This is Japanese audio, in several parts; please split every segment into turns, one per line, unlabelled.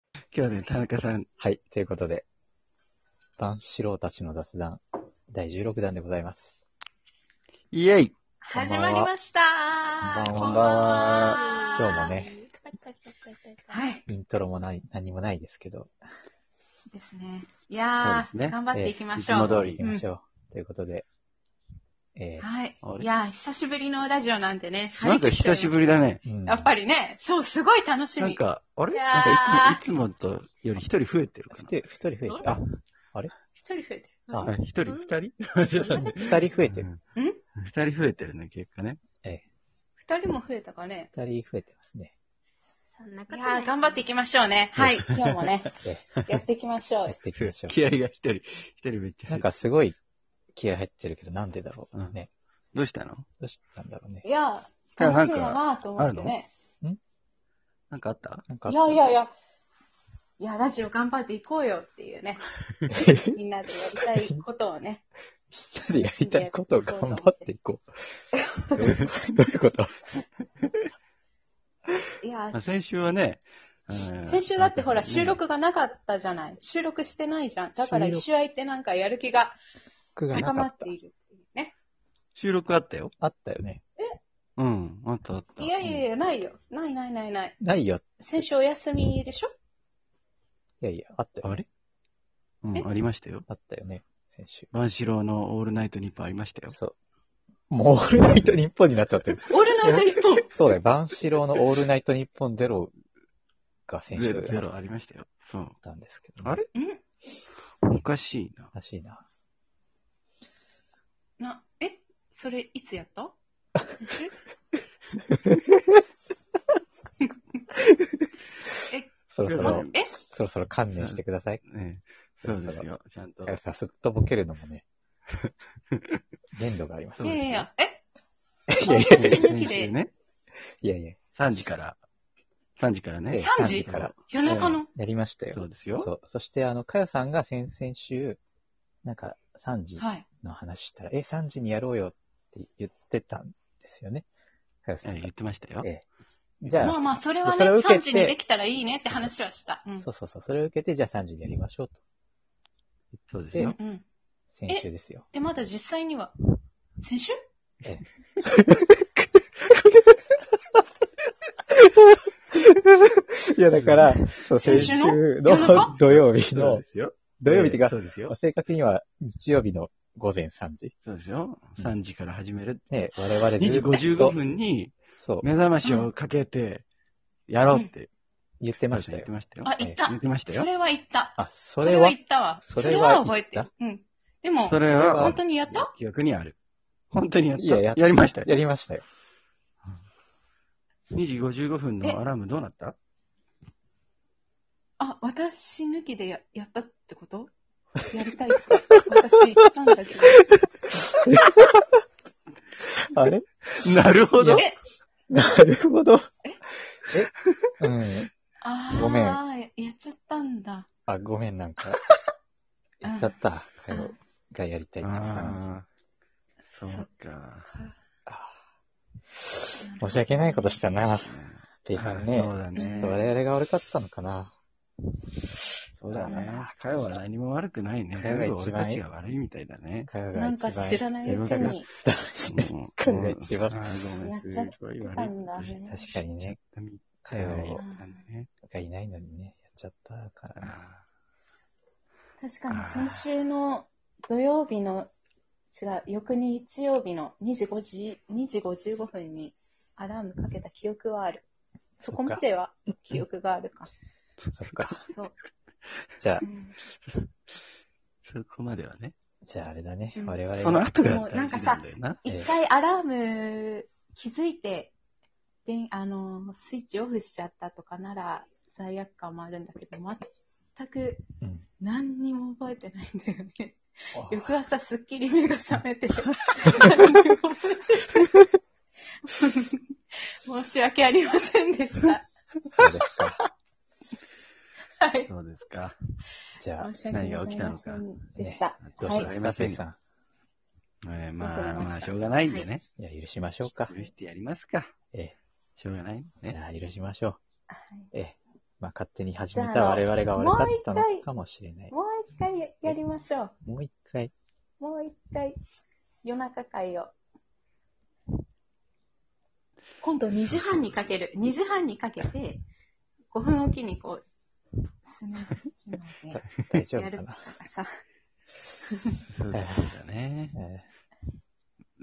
ですよね、田中さん。
はい、ということで、男子郎たちの雑談、第16弾でございます。
イエイ
こんば
始
んは
まりました
こんばんは今日もね。
はい、
イントロもない、何もないですけど、
ですね。いや
そう
ー、
ですね
頑張っていきまし
ええ
ょ
いつも
う。
通り
行きましょう。ということで、え
はい
あ。れ
いやー、久しぶりのラジオなんでね。
なんか久しぶりだね。
ー、うん
やっぱりね、そう、すごい楽し
なん
み。
か、あれ
いや
な
ー
んかいつもいつもとより一人増えてるか
二
な。
人、二人増えて、あ、
一人増えてる。
あ
うん
はい一人、
うん
二人
二人増えてる。
うん二人増えてるね、結果ね。
二人も増えたかね。
二人増えてますね。
そんな
い
こと
や
ない
ー、頑張っていきましょうね。はい、今日もね、
え
やっていきましょ
ー、や
う
っ。ていきましょ
気合が一人、一人めっちゃ入っ
う。なん
て
かすごい気合入ってるけど、なんでだろうね。
どうしたの
どうしたんだろうね
い。やー、
なんか
楽しみだなーと思ってね。
なんかあった
なんかあ
い
った
やいやいや、いや、ラジオ頑張っていこうよっていうね、みんなでやりたいことをね、
一人やりたいことを頑張っていこう。どういうどういうこと
いや
まあ、、先週はね、うん
先週だってほら、収。
なんかね
録がなかったじゃない。収録してないじゃん。だから
収録
一周空いてなんかやる気が
僕がな
高
か
ま
っ
っているっていうね。
収録あったよ。
た。あったよね。
うん、あったあった。
いやいやいや、ないよ。ないないないない。
ないよ。
先週お休みでしょ
いやいや、あったよ。
あれうん、
え
ありましたよ。
あったよね、先週。
万志郎のオールナイトニッポンありましたよ。
そう。もうオールナイト日本になっちゃってる。
オールナイト日本。
そうだよ、万四郎のオールナイト日本ゼロが先
ゼ
週
ロゼ
だっ
ロありましたよ。そう。
たんですけど、
あれ
うん
おかしいな。
らしいな。
な、えそれいつやった先週
そろそろ、
え
そろそろ観念してください。
ねえ、そうですよ。ちゃんと
だか。らさ、すっとぼけるの もね、限度があります。
そう
い
です
や
ね
いやいや、え
いやい
私
やいや、
抜き
先週
で
ね、
いやいや、
3時から、3時からね。
3時
3から。
夜中の
やりました
そ
よ。
うですよ。
そう。そして、あの、かよさんが先々週、なんか、3時
はい。
の話したら、え、3時にやろうよって言ってたんですよね。かよさ
え
ん
え
が
言っ。てましたよ
え。えじゃあ、
まあまあ、それは
そ
ね、
れを受けて
3時にできたらいいねって話はした。うん。
そうそうそう、それを受けて、じゃあ3時にやりましょうと。
そうですよ。
うん。
先週ですよ。
で、まだ実際には、先週
いや、だから、そう、
先
先
週
週
の夜
の
中
土曜日
そう
の
で、すよ。
土曜日っていうか
ええ、そうですよ。
正確には日曜日の午前3時。
そうですよ。
うん
3時から始める。
ね、我々ず
2時
っと
55分に
そう、
目覚ましをかけて、やろうって、
言って
言
ま
っ
したよ
て。ましたよ。
あ、行った
言。ってました
そ
よ。
れは行った。
あ、そ
そ
れ
れ
は
は、行ったわ。
そ
そ
れ
れ
は
は覚えて
行っ
る。うん。でも、
それは、
本当にやった
記憶にある。本当にやった。
いやや
や
った
りましたよ。
やりましたよ。
2時55分
え
のアラームどうなった
あ、私抜きでややったってことやりたいって。私言ったんだけ ど。
あれ
なるほど。
え、
なるほど。えうん。
あー
ごめん
ややっちゃったんだ。
あ、ごめん、なんか、
うん
やっちゃった。かよがやりたいって言ってたの
あ
に
あ、そ
っ
うか。
か。
申し訳ないことしたな、っていう
あ
ね。
そうだね
ちょっと我々が悪かったのかな。
そうだね。かよは何も悪くないね。
かよが一
全
番
部俺たちが悪いみたいだ ね。
かよが
なん
一
か
番。
知らないうちに、
うん
かよが一番
あーごめ
や
ん、
っ
す
ちゃっ
ごい悪い
たんだ
ことし
ね。
確かにね、
たみ
か
たいだね。
よがいないのにね、やっちゃったからね。
あ
確かに先週の土曜日の、違う、翌日曜日の2時5時、2時55分にアラームかけた記憶はある。そこまでは記憶があるか。
そっか。
そう。
じゃあ
う、ん
ーそこまではね。
じゃああれだね
う。ん
我々
その
が、
後が大事なんだよな。
一回アラーム気づいて、であの、スイッチオフしちゃったとかなら罪悪感もあるんだけど、全く
うん。
何にも覚えてないんだよね。
あ
翌朝すっきり目が 覚めて、何にも覚えてない申し訳ありませんでした。
そ
そ
うですか。
はい。
うですか。
じゃあ
申、し訳ございませんでした。
どう
は
し
い
ま
は
す
い
か、せいさん。
えー
わか
まあ、
りました
まあ、しょうがないんでね。
いや、許しましょうか
許。してやりますか。
え
しょうがない
え、い
ね。
や、許しましょう。ええ、まあ、勝手に始めた我々が悪かったのかもしれない。
もう一回ややりましょう。
もう一回。
もう一回、夜中会を。今度2時半にかける。2時半にかけて、5分おきにこう、スムーズ機能
大丈
でや
夫
る
か
と
な。
かさ。
そうだそうだね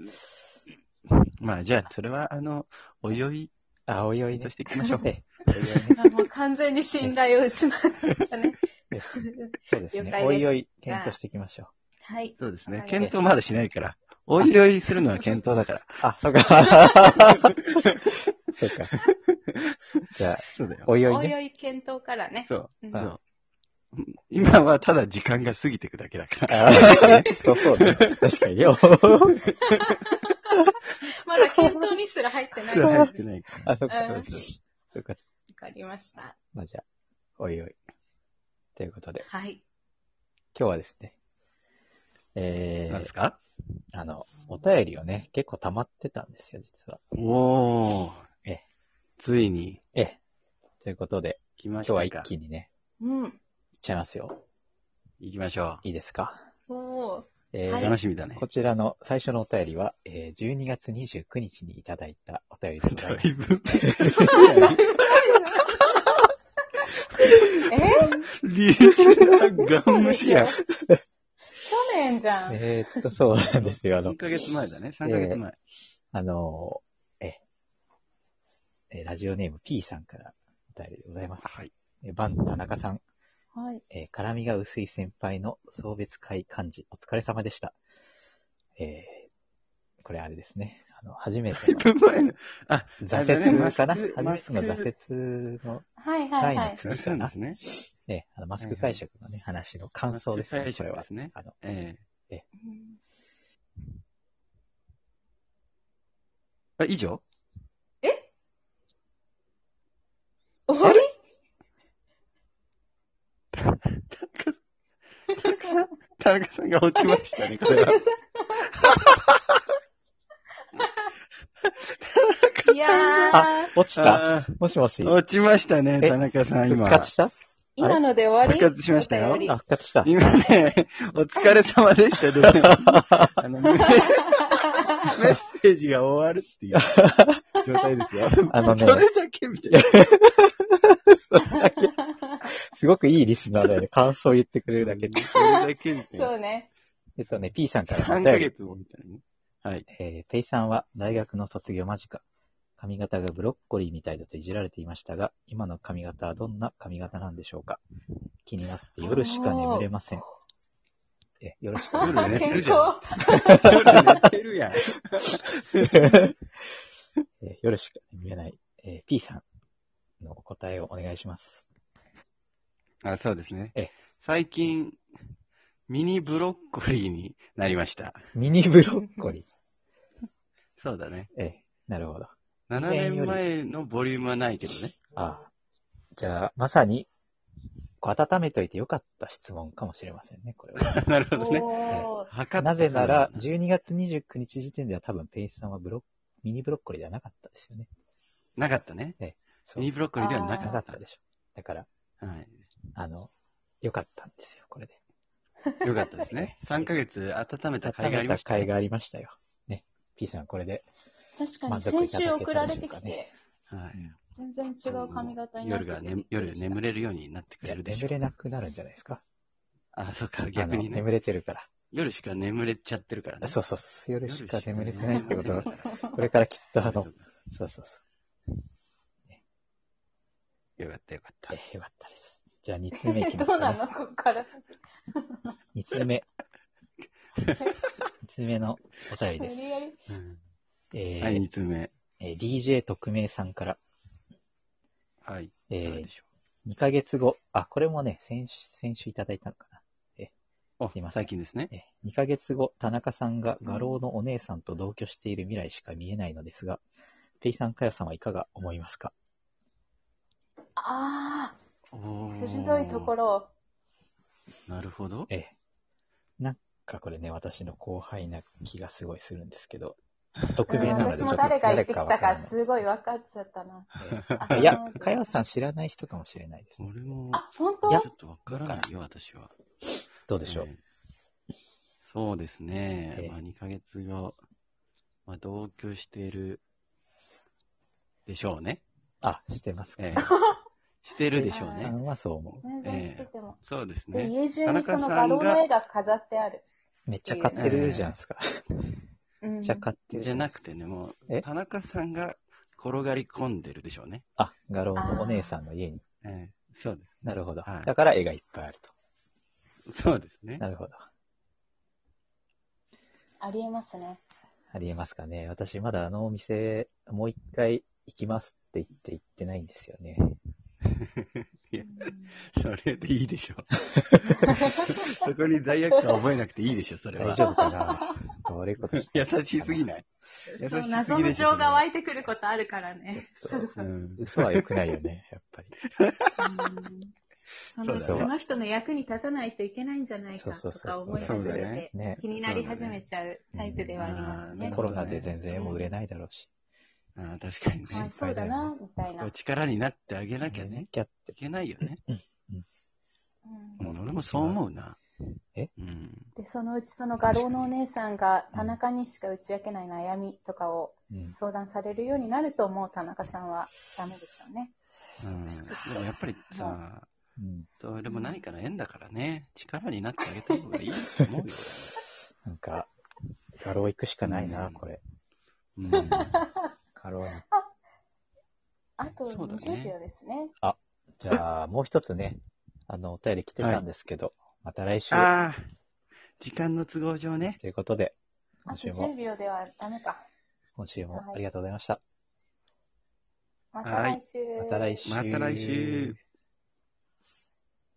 え。ー
まあ、じゃあ、それは、あの、おいおい
あ、おいおい
と
ね
し。ていきましょう。
ええおいおいね
あもう完全に信頼を失った ね。
そうです
了
ね。
解です
おいおい、
じゃあ
検討していきましょう。
はい。
そうですね
は。い
検討まだしないから。おいおいするのは検討だから。
あ、そうか。 そうか。じゃあ、
そうだよ。
おいお
お
い
い
ね。
おい検討からね。
そう。
うん
そ
あ
う今はただ時間が過ぎていくだけだから。
あーそうそうね。 確かに よ。
まだ検討にすら入ってない
数は
わ
入ってないから。
あ、そうか
うん。
そうか。
かりました。
まあじゃあ、おいおい。ということで、
はい。
今日はですね、え
なん
ー
です、か
あの、お便りをね、結構溜まってたんですよ、実は。
おー。
え
ついに
ええ。ということで、
来ま
今
し
日
たか。
は一気にね、
うん。
いっちゃいますよ。
行きましょ
いいですか
おー。
えー
う。
はい
楽しみだね。
こちらの最初のお便りは、えー12月29日にいただいたお便りでござ
だ
いま
いぶ、
え
リーダーがむしや。
去年じゃ
す。
ん。
えーっと、そうなんですよ。あの
3、ヶ月前だね。3ヶ月前。
あのーえーえーラジオネーム P さんからお便りでございます。
はい。
えーバン田中さん、
はい。
えー絡みが薄い先輩の送別会幹事、お疲れ様でした。えーこれあれですね。あの、初めて
だいぶ前の。
の
あれだね
挫折かな、
マスク
初めて
マ
の
スク
挫折の、
はいはいは
ないい。
そうなんですね。
ね、あのマスク会食のね、話の感想です
マ
ね、
ス
こ
ク
れ
会食
は
ですね。
あの、
ええ。
うん
あ、以上
終わり
田中さんが落ちましたね、これは。
いやー
あ、、落ちた
あー
もしもし。
落ちましたね、
え
田中さん、今。
復活した
今ので終わり
復活しましたよ
お便り
あ、復活した。
今ね、お疲れ様でしたです ね。あの、メメッセージが終わるっていう状態ですよ。
あの
そ
ね、
れだけみたいな。
すごくいいリスナーだよね。感想言ってくれるだけで。
それだけみたいな。
そうね。
えっとね、P さんからのお
3
便
ヶ
り。
月もみたいなね。 はい。
えー、ペイさんは大学の卒業間近。髪型がブロッコリーみたいだといじられていましたが、今の髪型はどんな髪型なんでしょうか気になって夜しか眠れません。え、よろしくお願いしま
夜寝て
健
る
康
じ。ゃ夜寝てるやん。
す。 え夜しか眠れない、えー、P さんのお答えをお願いします。
あ、そうですね
ええ。
最近、ミニブロッコリーになりました。
ミニブロッコリ
そうだね。
ー。えー、なるほど。
7年前のボリュームはないけどね。
ああ。じゃあ、まさに、こう温めといてよかった質問かもしれませんね、これは。
なるほどね。
おー
測った
なぜなら、12月29日時点では多分、ペイさんはブロッミニブロッコリーではなかったですよね。
なかったね。
そう
ミニブロッコリーではな
な
か
か
っ
ったでしょ。だから、
た。はい。
あの、よかったんですよ、これで。
よかったですね。3ヶ 月温めた甲斐がありました。
温め甲斐がありましたよ。ね。P さん、これで。
確か
満
に
足い
先
ただけた
週
でしょうかね
送られてきて、
はい。
全然違う髪型になって
夜
て
が、ね、夜眠
れ。
れるようになってく
いや、
れるでし
眠
ょう。
れなくなるんじゃないですか。
あ、そうか、逆に
あの
ね
眠。れてるから。
夜しか眠れちゃってるからね。。
そううそうそう。夜しか眠れてないってこと は、こ
こ
れからきっとあの、そうそうそう。
よかったよかった。
えー、よかったです。じゃあ、2つ目いきます
どう
か
な
ね。
のここから。
2つ 目。2つ目のお便り
無
です。
理やり。
うん
えー
はい、2つ目。
えー DJ 特命さんから、
はい。どう
え
でしょ
ー、2ヶ月後、あ、これもね、先週、先週いただいたのか
う
すいま
お、
せん
最近ですね。
な。えー、2ヶ月後、田中さんが画廊のお姉さんと同居している未来しか見えないのですが、ペイさん、かよさんはいかが思いますか
ああ、
おー
鋭いところを。
なるほど。
えー、なんかこれね、私の後輩な気がすごいするんですけど、匿
うん
名なので、
私
ちょっ
も
と
誰が行ってきた
誰わ
か
んない
すごい分かっちゃったな。
あいや、かよさん知らない人かもしれないです。
俺も、
あ、本
いや
当
ちょっとわからないよ、私は。
どうでしょう
え。ーそうですね。
ええ
まあ、2ヶ月後、まあ、同居しているでしょうね。
あ、してますか。
ええ してるでしょう
さ
ね。
んはそう思
全然してても。
そうです
で、
ね。
家中にその画廊の絵が飾ってある。
う。めっちゃ買ってるじゃないですか。
うん
めっちゃ買ってる。
じゃなくてね、も
え
う、田中さんが転がり込んでるでしょうね。
あ、画廊のお姉さんの家に。
ええそうで
なるほど
は。い
だから絵がいっぱいあると。
す。そうですね。
なるほど。
ありえますね。
ありえますかね。私まだあのお店、もう一回行きますって言って行ってないんですよね。
いや
うん
それでいいでしょ う。そこに罪悪感覚えなくていいでしょ、それ
大
は。
丈夫 かな悪いことして
優しすぎない。優しすぎ
そ
で
う、
しょ
謎の情が湧いてくることあるからね。
そ
そうう
う
そう。
ん、
嘘は良くないよね、 やっぱり。
うんその
そうだね
その人の役に立たないといけないんじゃないか
そう
と
そうそう
か
そう
思い始
そうだ
め
ね
て、
ね。
気になり始めちゃうタイプではあります
うん
ね。
コロナで全然絵も売れないだろうし。
あー確かに
かわ
ね
い。そうだな、みたいな。
こ
う
う力になってあげなきゃ
売れ
ね
な。きゃって
い。けないよね。
ん
うん俺もそう思うな。
え
うん。
で、そのうちその画廊のお姉さんが田中にしか打ち明けない悩みとかを
うん。
相談されるようになると、もう田中さんはダメでしょうね。
うん、でもやっぱりさ、
うん。
それも何かの縁だからね、力になってあげた方がいいと思うよ。
なんか、画廊行くしかないな、
うん
これ。
俺 はうん、
画廊に。
あと
そうだね
20秒ですね。
じゃあ、もう一つね、あの、お便り来てたんですけど、また来週。
ああ、時間の都合上ね。
ということで、今
あと
週も
10、秒ではダメか。
今週も
はい
ありがとうございました。
また
はい
来週。
また来週。
また来週。